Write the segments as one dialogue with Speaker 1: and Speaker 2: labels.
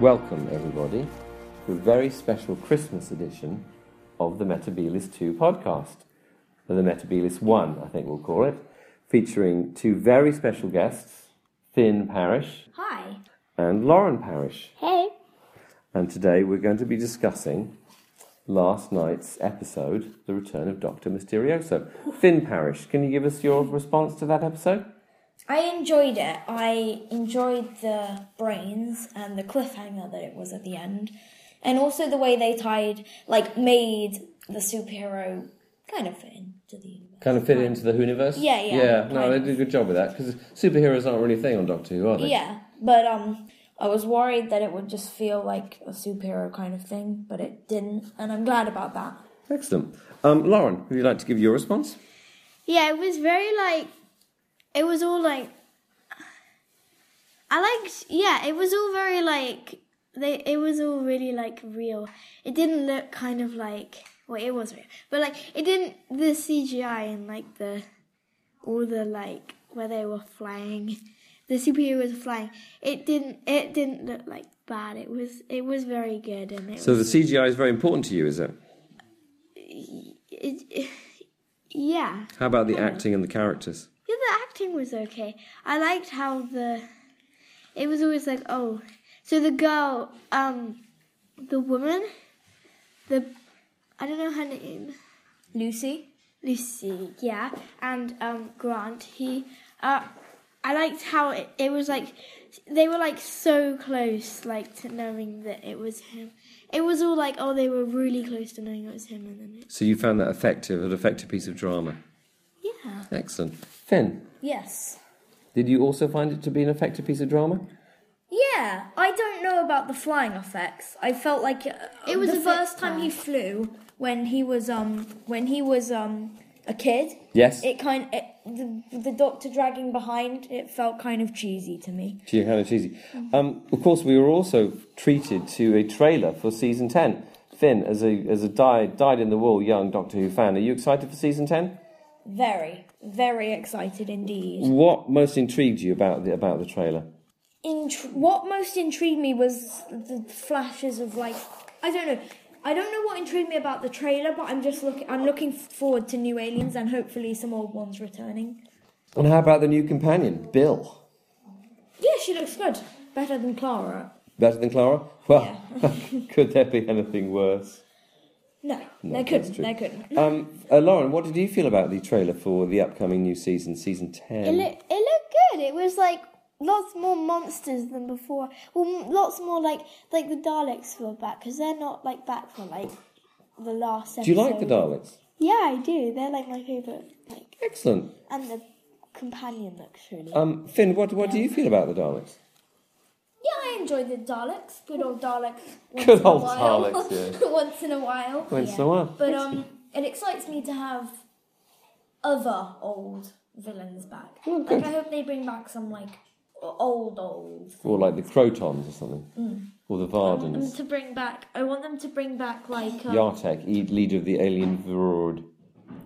Speaker 1: Welcome, everybody, to a very special Christmas edition of the Metabilis 2 podcast, or the Metabilis 1, I think we'll call it, featuring two very special guests, Finn Parrish
Speaker 2: Hi.
Speaker 1: and Lauren Parrish.
Speaker 2: Hey.
Speaker 1: And today we're going to be discussing last night's episode, The Return of Dr. Mysterioso. Finn Parrish, can you give us your response to that episode?
Speaker 2: I enjoyed it. I enjoyed the brains and the cliffhanger that it was at the end. And also the way they tied, like, made the superhero kind of fit into the universe.
Speaker 1: Kind of fit into the Hooniverse?
Speaker 2: Yeah, yeah,
Speaker 1: Yeah, no,
Speaker 2: kind
Speaker 1: they
Speaker 2: of.
Speaker 1: did a good job with that because superheroes aren't really a thing on Doctor Who, are they?
Speaker 2: Yeah, but, um, I was worried that it would just feel like a superhero kind of thing, but it didn't, and I'm glad about that.
Speaker 1: Excellent. Um, Lauren, would you like to give your response?
Speaker 3: Yeah, it was very like it was all like I liked yeah, it was all very like they it was all really like real. It didn't look kind of like well it was real. But like it didn't the CGI and like the all the like where they were flying the superheroes were flying. It didn't it didn't look like bad. It was it was very good and it
Speaker 1: So
Speaker 3: was
Speaker 1: the CGI is very important to you, is it?
Speaker 3: it, yeah.
Speaker 1: How about the acting and the characters?
Speaker 3: Yeah, the acting was okay. I liked how the it was always like, oh, so the girl, um, the woman, the I don't know her name,
Speaker 2: Lucy?
Speaker 3: Lucy, yeah, and um, Grant. He, uh, I liked how it, it was like they were like so close, like to knowing that it was him. It was all like, oh, they were really close to knowing it was him, and then it,
Speaker 1: So you found that effective, an effective piece of drama.
Speaker 3: yeah,
Speaker 1: Excellent. Finn,
Speaker 2: Yes.
Speaker 1: did you also find it to be an effective piece of drama?
Speaker 2: Yeah, I don't know about the flying effects. I felt like uh, it was the first time he flew when he was um when he was um a kid.
Speaker 1: Yes.
Speaker 2: It kind it, the the doctor dragging behind it felt kind of cheesy to me.
Speaker 1: Gee, kind of cheesy. Um, of course, we were also treated to a trailer for season ten. Finn, as a as a dyed dyed in the wool young Doctor Who fan, are you excited for season ten?
Speaker 2: Very very excited indeed.
Speaker 1: What most intrigued you about the about the trailer?
Speaker 2: Intr- what most intrigued me was the flashes of like I don't know. I don't know what intrigued me about the trailer, but I'm just looking. I'm looking forward to new aliens and hopefully some old ones returning.
Speaker 1: And how about the new companion, Bill?
Speaker 2: Yeah, she looks good. Better than Clara.
Speaker 1: Better than Clara? Well, could there be anything worse? No,
Speaker 2: No, they
Speaker 1: that's
Speaker 2: couldn't.
Speaker 1: true.
Speaker 2: They couldn't.
Speaker 1: Um, uh, Lauren, what did you feel about the trailer for the upcoming new season, season ten?
Speaker 3: It looked it looked good. It was like lots more monsters than before. Well, m- lots more like like the Daleks were back because they're not like back for like the last.
Speaker 1: Do you like the Daleks?
Speaker 3: Yeah, I do. They're like my favorite. Like
Speaker 1: Excellent.
Speaker 3: and the companion looks really.
Speaker 1: Um, Finn, what what do you feel about the Daleks?
Speaker 2: Yeah, I enjoy the Daleks. Good old Daleks. once
Speaker 1: Good
Speaker 2: in a
Speaker 1: old
Speaker 2: while.
Speaker 1: Daleks, yeah.
Speaker 2: once in a while.
Speaker 1: Once in a while.
Speaker 2: But um, it excites me to have other old villains back. like I hope they bring back some like o- old old.
Speaker 1: Or like the Crotons or something,
Speaker 3: Mm.
Speaker 1: or the
Speaker 2: I want them
Speaker 3: Um,
Speaker 1: Vardens.
Speaker 2: to bring back. I want them to bring back like. Um,
Speaker 1: Yartek, e- leader of the alien Varord.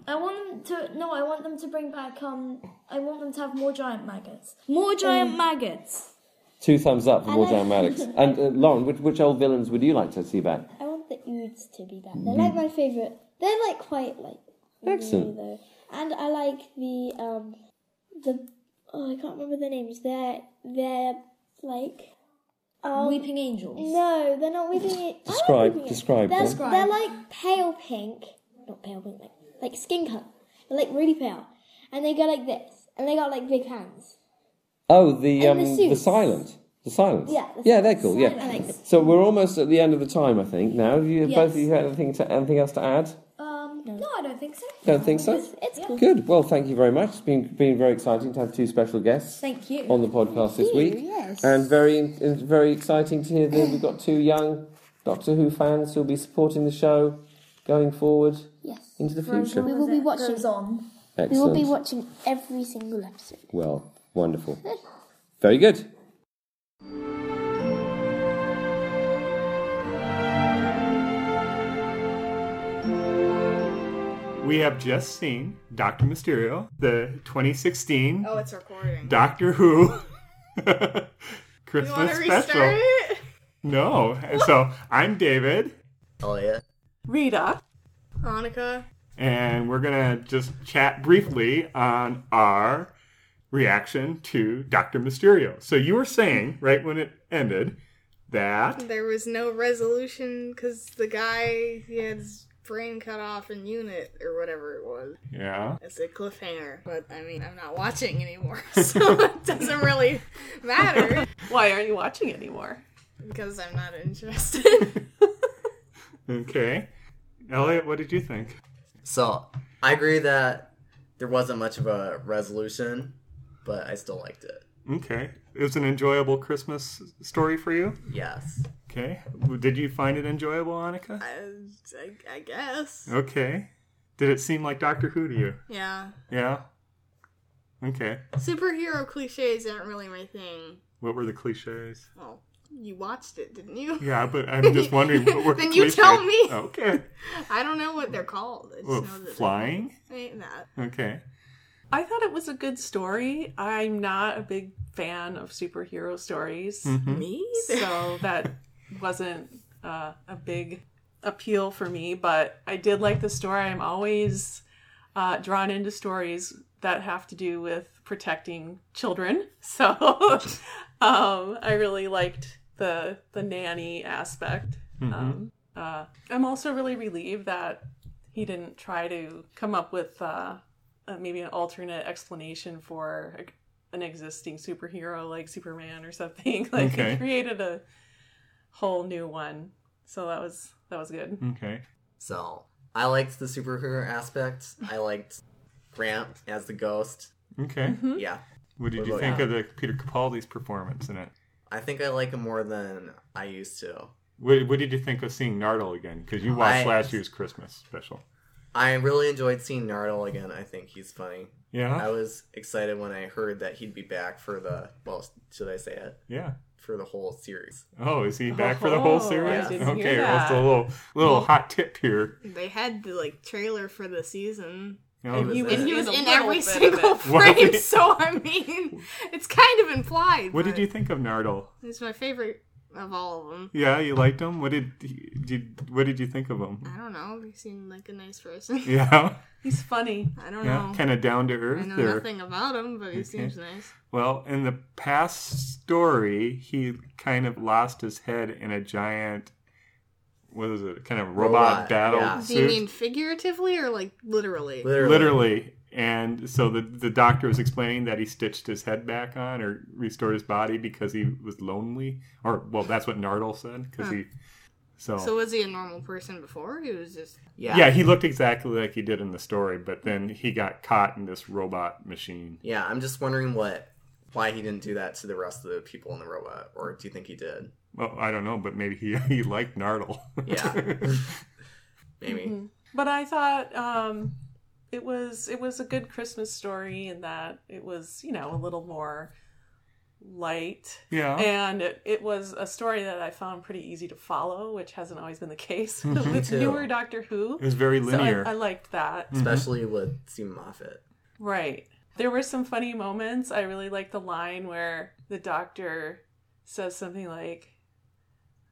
Speaker 2: I want them to no. I want them to bring back um. I want them to have more giant maggots. More
Speaker 1: Mm.
Speaker 2: giant maggots.
Speaker 1: Two thumbs up for Wardown Maddox. And uh, Lauren, which, which old villains would you like to see back?
Speaker 3: I want the Oods to be back. They're like my favorite. They're like quite like new,
Speaker 1: Mm. Excellent.
Speaker 3: though. And I like the um the oh I can't remember the names. They're they're like
Speaker 1: Mm.
Speaker 3: um,
Speaker 2: Weeping angels.
Speaker 3: No, they're not weeping it. I like
Speaker 1: Describe-
Speaker 3: weeping it.
Speaker 1: describe
Speaker 3: They're,
Speaker 1: them.
Speaker 3: they're like pale pink, not pale pink, like, like skin color. They're like really pale, and they go like this, and they got like big hands.
Speaker 1: Oh, the
Speaker 3: And
Speaker 1: um,
Speaker 3: the
Speaker 1: the,
Speaker 3: suits.
Speaker 1: silent, the silence.
Speaker 3: Yeah, the
Speaker 1: yeah, they're cool. Yeah.
Speaker 3: I like them.
Speaker 1: So we're almost at the end of the time, I think. Now, have you
Speaker 2: Yes.
Speaker 1: both of you had anything to, anything else to add?
Speaker 2: Um. No. I don't think so.
Speaker 1: Don't think so.
Speaker 3: It's, it's cool.
Speaker 1: Good. Well, thank you very much. It's been been very exciting to have two special guests
Speaker 2: Thank you.
Speaker 1: on the podcast this
Speaker 3: you,
Speaker 1: week,
Speaker 3: yes.
Speaker 1: and very it's very exciting to hear that we've got two young Doctor Who fans who'll be supporting the show going forward
Speaker 3: Yes,
Speaker 1: into the future.
Speaker 3: We will be watching.
Speaker 2: Goes on.
Speaker 1: Excellent.
Speaker 3: we will be watching every single episode.
Speaker 1: Well, wonderful. Very good.
Speaker 4: We have just seen Doctor Mysterio, the 2016
Speaker 5: Oh, it's recording.
Speaker 4: Doctor Who
Speaker 5: you want
Speaker 4: Christmas
Speaker 5: to restart
Speaker 4: special.
Speaker 5: it?
Speaker 4: No. And so I'm David,
Speaker 5: Oh yeah.
Speaker 6: Rita.
Speaker 7: Hanukkah.
Speaker 4: and we're going to just chat briefly on our reaction to Dr. Mysterio. So you were saying, right when it ended, that.
Speaker 7: There was no resolution because the guy he had his brain cut off in unit or whatever it was.
Speaker 4: Yeah.
Speaker 7: It's a cliffhanger, but I mean I'm not watching anymore, so it doesn't really matter
Speaker 6: Why aren't you watching anymore?
Speaker 7: because I'm not interested.
Speaker 4: Okay. Elliot, what did you think?
Speaker 5: So I agree that there wasn't much of a resolution, but I still liked it.
Speaker 4: Okay. It was an enjoyable Christmas story for you.
Speaker 5: Yes.
Speaker 4: Okay. Did you find it enjoyable, Annika?
Speaker 7: I, I, I guess.
Speaker 4: Okay. Did it seem like Doctor Who to you?
Speaker 7: Yeah,
Speaker 4: Yeah. Okay.
Speaker 7: superhero cliches aren't really my thing.
Speaker 4: What were the cliches?
Speaker 7: Well, you watched it, didn't you?
Speaker 4: Yeah, but I'm just wondering what were
Speaker 7: Then
Speaker 4: the
Speaker 7: you
Speaker 4: cliches? Oh,
Speaker 7: tell me.
Speaker 4: Okay.
Speaker 7: I don't know what they're called. I just
Speaker 4: Well,
Speaker 7: know that
Speaker 4: flying?
Speaker 7: they ain't that.
Speaker 4: Okay.
Speaker 6: I thought it was a good story. I'm not a big fan of superhero stories,
Speaker 7: Me?
Speaker 6: so that wasn't uh, a big appeal for me. But I did like the story. I'm always uh, drawn into stories that have to do with protecting children. So um, I really liked the the nanny aspect. Um, uh, I'm also really relieved that he didn't try to come up with uh, uh, maybe an alternate explanation for a, an existing superhero like Superman or something. like
Speaker 4: Okay.
Speaker 6: he created a whole new one. So that was that was good.
Speaker 4: Okay.
Speaker 5: So I liked the superhero aspect. I liked Grant as the ghost.
Speaker 4: Okay.
Speaker 7: Mm-hmm.
Speaker 5: Yeah.
Speaker 4: What did you
Speaker 5: Well,
Speaker 4: think
Speaker 5: yeah.
Speaker 4: of the Peter Capaldi's performance in it?
Speaker 5: I think I like him more than I used to.
Speaker 4: What, what did you think of seeing Nardole again? Because you watched
Speaker 5: I-
Speaker 4: last year's Christmas special.
Speaker 5: I really enjoyed seeing Nardole again. I think he's funny. I
Speaker 4: Yeah.
Speaker 5: was excited when I heard that he'd be back for the well, should I say it?
Speaker 4: Yeah.
Speaker 5: For the whole series.
Speaker 4: Oh, is he back for the whole
Speaker 6: Oh, I
Speaker 4: series?
Speaker 6: didn't hear
Speaker 4: okay, that's a
Speaker 6: that.
Speaker 4: little little hot tip here.
Speaker 7: They had the like trailer for the season.
Speaker 4: Oh,
Speaker 5: was
Speaker 6: He
Speaker 5: in
Speaker 6: was,
Speaker 5: it.
Speaker 7: He
Speaker 6: in
Speaker 7: was
Speaker 6: a
Speaker 7: in
Speaker 6: little
Speaker 7: every
Speaker 6: bit of
Speaker 7: single
Speaker 6: it.
Speaker 4: Was
Speaker 7: frame,
Speaker 4: he?
Speaker 7: so I mean, it's kind of implied.
Speaker 4: What did
Speaker 7: but
Speaker 4: you think of Nardole?
Speaker 7: He's my favorite of all of them.
Speaker 4: Yeah, you liked him. What did he- did what did you think of him?
Speaker 7: I don't know. He seemed like a nice person.
Speaker 4: Yeah,
Speaker 6: He's funny.
Speaker 7: I don't
Speaker 4: yeah,
Speaker 7: know.
Speaker 4: kind of down to
Speaker 7: I
Speaker 4: earth.
Speaker 7: know
Speaker 4: Or
Speaker 7: nothing about him, but he seems nice.
Speaker 4: well, in the past story, he kind of lost his head in a giant. What is it? Kind of robot,
Speaker 5: Robot,
Speaker 4: battle
Speaker 5: yeah.
Speaker 7: Do you
Speaker 4: suit,
Speaker 7: mean figuratively or like literally?
Speaker 5: Literally.
Speaker 4: literally. And so the the doctor was explaining that he stitched his head back on or restored his body because he was lonely, or well, that's what Nardole said because he.
Speaker 7: So was he a normal person before? He was just
Speaker 5: Yeah.
Speaker 4: Yeah, he looked exactly like he did in the story, but then he got caught in this robot machine.
Speaker 5: Yeah, I'm just wondering what why he didn't do that to the rest of the people in the robot, or do you think he did?
Speaker 4: Well, I don't know, but maybe he, he liked Nardle.
Speaker 5: Yeah. Maybe.
Speaker 6: But I thought um, it was it was a good Christmas story in that it was you know a little more light
Speaker 4: yeah.
Speaker 6: and it, it was a story that I found pretty easy to follow, which hasn't always been the case
Speaker 5: Me
Speaker 6: with
Speaker 5: too.
Speaker 6: newer Doctor Who.
Speaker 4: it was very
Speaker 6: So I,
Speaker 4: linear.
Speaker 6: I liked that.
Speaker 5: Especially with Stephen Moffat.
Speaker 6: Right. There were some funny moments. I really like the line where the doctor says something like,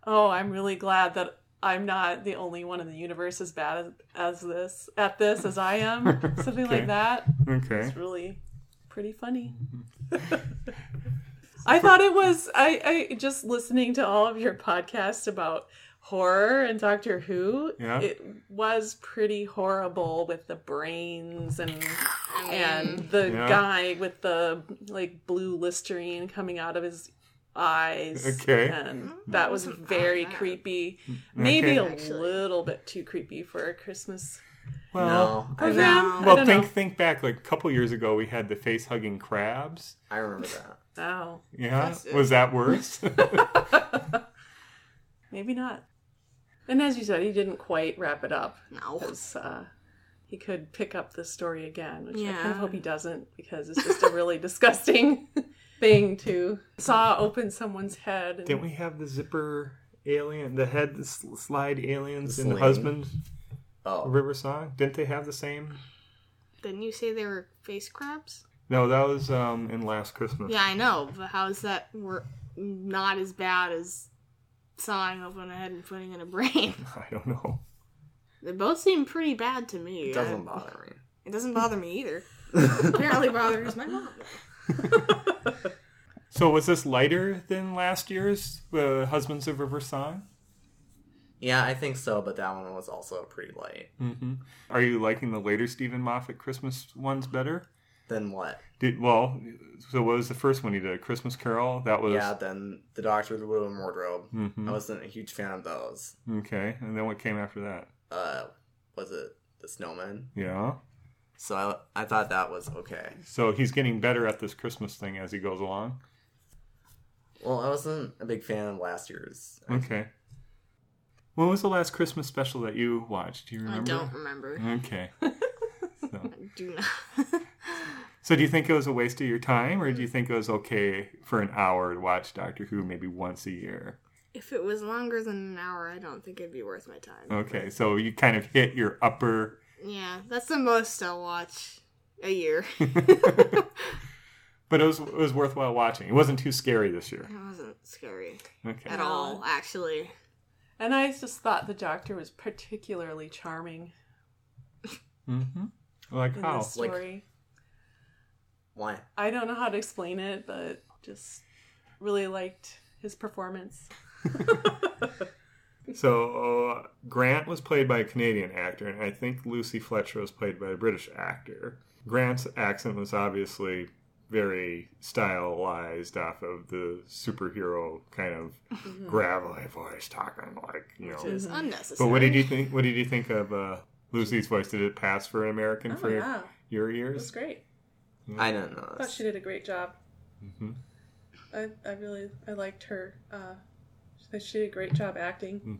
Speaker 6: "Oh, I'm really glad that I'm not the only one in the universe as bad as, as this at this as I am." Something
Speaker 4: Okay.
Speaker 6: like that.
Speaker 4: okay. Mm-hmm.
Speaker 6: It's really pretty funny. I thought it was I, I just listening to all of your podcasts about horror and Doctor Who.
Speaker 4: Yeah.
Speaker 6: It was pretty horrible with the brains and
Speaker 7: I mean,
Speaker 6: and the
Speaker 4: Yeah.
Speaker 6: guy with the like blue listerine coming out of his eyes.
Speaker 4: Okay. Mm,
Speaker 6: And that was
Speaker 7: wasn't
Speaker 6: very
Speaker 7: bad.
Speaker 6: creepy. Maybe a
Speaker 7: Actually.
Speaker 6: little bit too creepy for a Christmas
Speaker 4: Well,
Speaker 5: no, I,
Speaker 6: program.
Speaker 5: think-
Speaker 6: I
Speaker 4: well
Speaker 6: don't
Speaker 4: think think back like a couple years ago we had the face hugging crabs.
Speaker 5: I remember that.
Speaker 6: know. Oh,
Speaker 4: Yeah.
Speaker 7: That's it.
Speaker 4: Was that worse?
Speaker 6: maybe not. And as you said, he didn't quite wrap it up.
Speaker 7: no.
Speaker 6: 'cause, Uh, he could pick up the story again, which I kind
Speaker 7: Yeah.
Speaker 6: of hope he doesn't because it's just a really disgusting thing to saw open someone's head. And,
Speaker 4: Didn't we have the zipper alien, the head s- slide aliens
Speaker 5: The
Speaker 4: and the
Speaker 5: sling.
Speaker 4: husband
Speaker 5: Oh.
Speaker 4: River Song? Didn't they have the same?
Speaker 7: Didn't you say they were face crabs?
Speaker 4: No, that was um, in Last Christmas.
Speaker 7: Yeah, I know, but how is that wor- not as bad as sawing open a head and putting in a brain.
Speaker 4: I don't know.
Speaker 7: They both seem pretty bad to me.
Speaker 5: It
Speaker 7: I-
Speaker 5: doesn't bother me.
Speaker 7: It doesn't bother me either. Apparently bothers my mom.
Speaker 4: So was this lighter than last year's uh, Husbands of River Song?
Speaker 5: Yeah, I think so, but that one was also pretty light.
Speaker 4: Are you liking the later Stephen Moffat Christmas ones better?
Speaker 5: Then what?
Speaker 4: Did well. So what was the first one you did? A Christmas Carol. That was
Speaker 5: Yeah, then The Doctor with the Wooden Wardrobe. I wasn't a huge fan of those.
Speaker 4: okay. And then what came after that?
Speaker 5: Uh, was it The Snowman?
Speaker 4: Yeah.
Speaker 5: So I, I thought that was okay.
Speaker 4: So he's getting better at this Christmas thing as he goes along.
Speaker 5: Well, I wasn't a big fan of last year's.
Speaker 4: Okay. When was the last Christmas special that you watched? Do you
Speaker 7: I
Speaker 4: remember?
Speaker 7: don't remember.
Speaker 4: Okay. so,
Speaker 7: Do not.
Speaker 4: so do you think it was a waste of your time, or do you think it was okay for an hour to watch Doctor Who maybe once a year?
Speaker 7: if it was longer than an hour, I don't think it'd be worth my time.
Speaker 4: Okay, so you kind of hit your upper.
Speaker 7: Yeah, that's the most I'll watch a year. it
Speaker 4: But it was it was worthwhile watching. It wasn't too scary this year.
Speaker 7: wasn't scary
Speaker 4: Okay.
Speaker 7: at all, actually.
Speaker 6: And I just thought the doctor was particularly charming
Speaker 4: Mm-hmm. Like
Speaker 6: in
Speaker 4: how?
Speaker 6: this
Speaker 5: Like-
Speaker 6: story.
Speaker 5: Why?
Speaker 6: I don't know how to explain it, but just really liked his performance.
Speaker 4: So uh, Grant was played by a Canadian actor, and I think Lucy Fletcher was played by a British actor. Grant's accent was obviously very stylized off of the superhero kind of gravelly voice, talking like you
Speaker 7: Mm-hmm. Which
Speaker 4: know.
Speaker 7: is unnecessary.
Speaker 4: Mm-hmm. But what did you think? What did you think of uh, Lucy's voice? Did it pass for American
Speaker 6: Oh,
Speaker 4: for
Speaker 6: yeah.
Speaker 4: your
Speaker 6: It was
Speaker 4: ears?
Speaker 6: great.
Speaker 5: I didn't know
Speaker 6: I thought
Speaker 5: this.
Speaker 6: she did a great job. I, I really I liked her. Uh, she- she did a great job acting.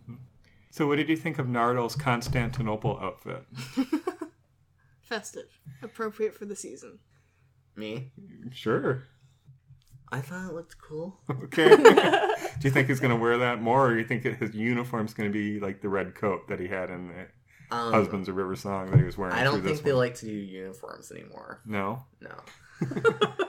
Speaker 4: So, what did you think of Nardol's Constantinople outfit?
Speaker 7: Festive. Appropriate for the season.
Speaker 5: Me?
Speaker 4: Sure.
Speaker 5: I thought it looked cool.
Speaker 4: Okay. Do you think he's going to wear that more, or you think that his uniform's going to be like the red coat that he had in the
Speaker 5: Um,
Speaker 4: Husbands of River Song that he was wearing?
Speaker 5: I don't
Speaker 4: through
Speaker 5: think
Speaker 4: this
Speaker 5: they
Speaker 4: one?
Speaker 5: like to do uniforms anymore.
Speaker 4: No.
Speaker 5: No.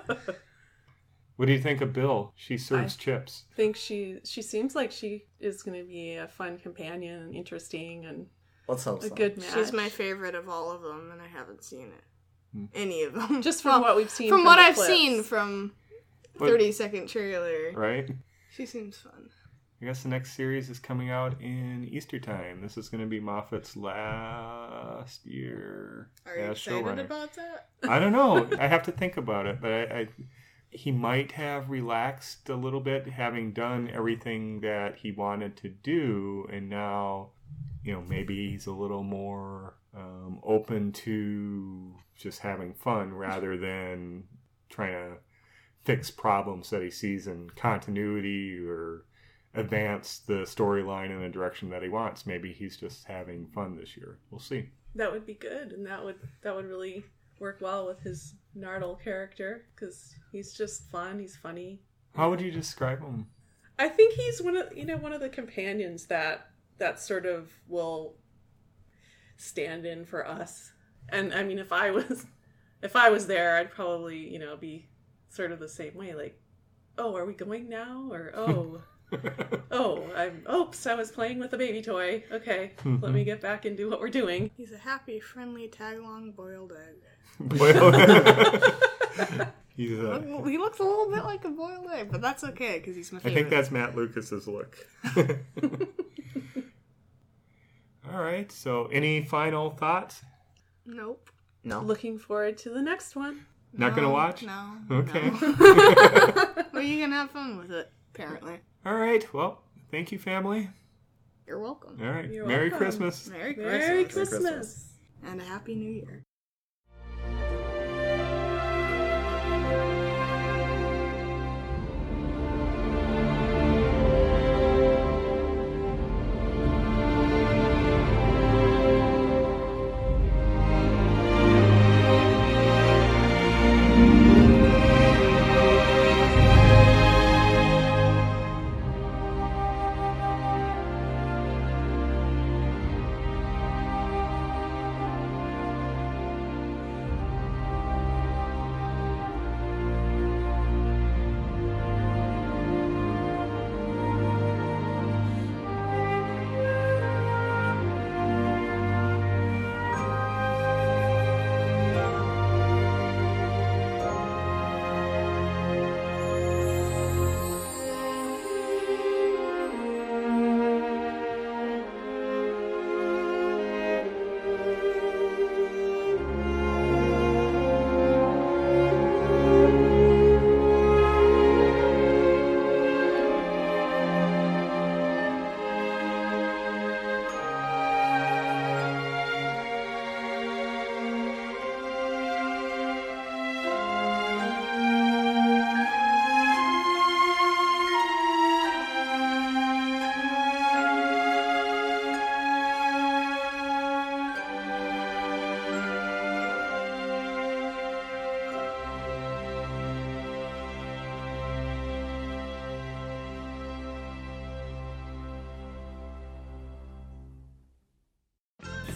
Speaker 4: What do you think of Bill? She serves chips.
Speaker 6: think she she seems like she is going to be a fun companion and interesting and
Speaker 5: Let's hope
Speaker 6: a
Speaker 5: so.
Speaker 6: good match.
Speaker 7: She's my favorite of all of them, and I haven't seen it.
Speaker 4: Hmm.
Speaker 7: Any of them.
Speaker 6: Just from what we've seen
Speaker 7: From,
Speaker 6: from
Speaker 7: what
Speaker 6: the
Speaker 7: I've
Speaker 6: clips.
Speaker 7: seen from
Speaker 4: But-
Speaker 7: 30 second trailer.
Speaker 4: Right.
Speaker 7: She seems fun.
Speaker 4: I guess the next series is coming out in Easter time. This is going to be Moffat's last year
Speaker 7: Are you
Speaker 4: as
Speaker 7: excited
Speaker 4: showrunner.
Speaker 7: about that?
Speaker 4: I don't know. I have to think about it, but I, I he might have relaxed a little bit, having done everything that he wanted to do, and now you know maybe he's a little more um, open to just having fun rather than trying to fix problems that he sees in continuity or advance the storyline in the direction that he wants. Maybe he's just having fun this year. We'll see.
Speaker 6: That would be good, and that would that would really work well with his Nardole character because he's just fun. He's funny.
Speaker 4: How would you describe him?
Speaker 6: I think he's one of you know one of the companions that that sort of will stand in for us. And I mean, if I was if I was there, I'd probably you know be sort of the same way. Like, oh, are we going now? Or oh, oh, I'm oops, I was playing with a baby toy. Okay, let me get back and do what we're doing.
Speaker 7: He's a happy, friendly, tagalong boiled egg.
Speaker 4: uh, Boiled. he's a,
Speaker 7: Well, he looks a little bit like a boiled egg, but that's okay because he's my
Speaker 4: I
Speaker 7: favorite.
Speaker 4: think that's Matt Lucas's look. All right. So, any final thoughts?
Speaker 7: Nope.
Speaker 5: No.
Speaker 6: Looking forward to the next one.
Speaker 4: Not gonna
Speaker 7: No,
Speaker 4: watch?
Speaker 7: No.
Speaker 4: Okay.
Speaker 7: Well, you can have fun with it, apparently.
Speaker 4: All right. Well, thank you, family.
Speaker 7: You're welcome.
Speaker 4: All right.
Speaker 6: You're
Speaker 4: Merry
Speaker 6: welcome.
Speaker 4: Christmas.
Speaker 7: Merry Christmas.
Speaker 6: Merry
Speaker 5: Christmas.
Speaker 6: Christmas.
Speaker 7: And a Happy New Year.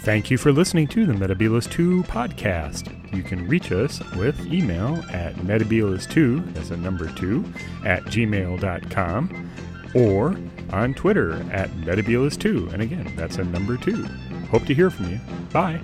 Speaker 4: Thank you for listening to the Metabolist 2 podcast. You can reach us with email at metabolist2, as a number 2, at gmail.com or on Twitter at metabolist2. And again, that's a number 2. Hope to hear from you. Bye.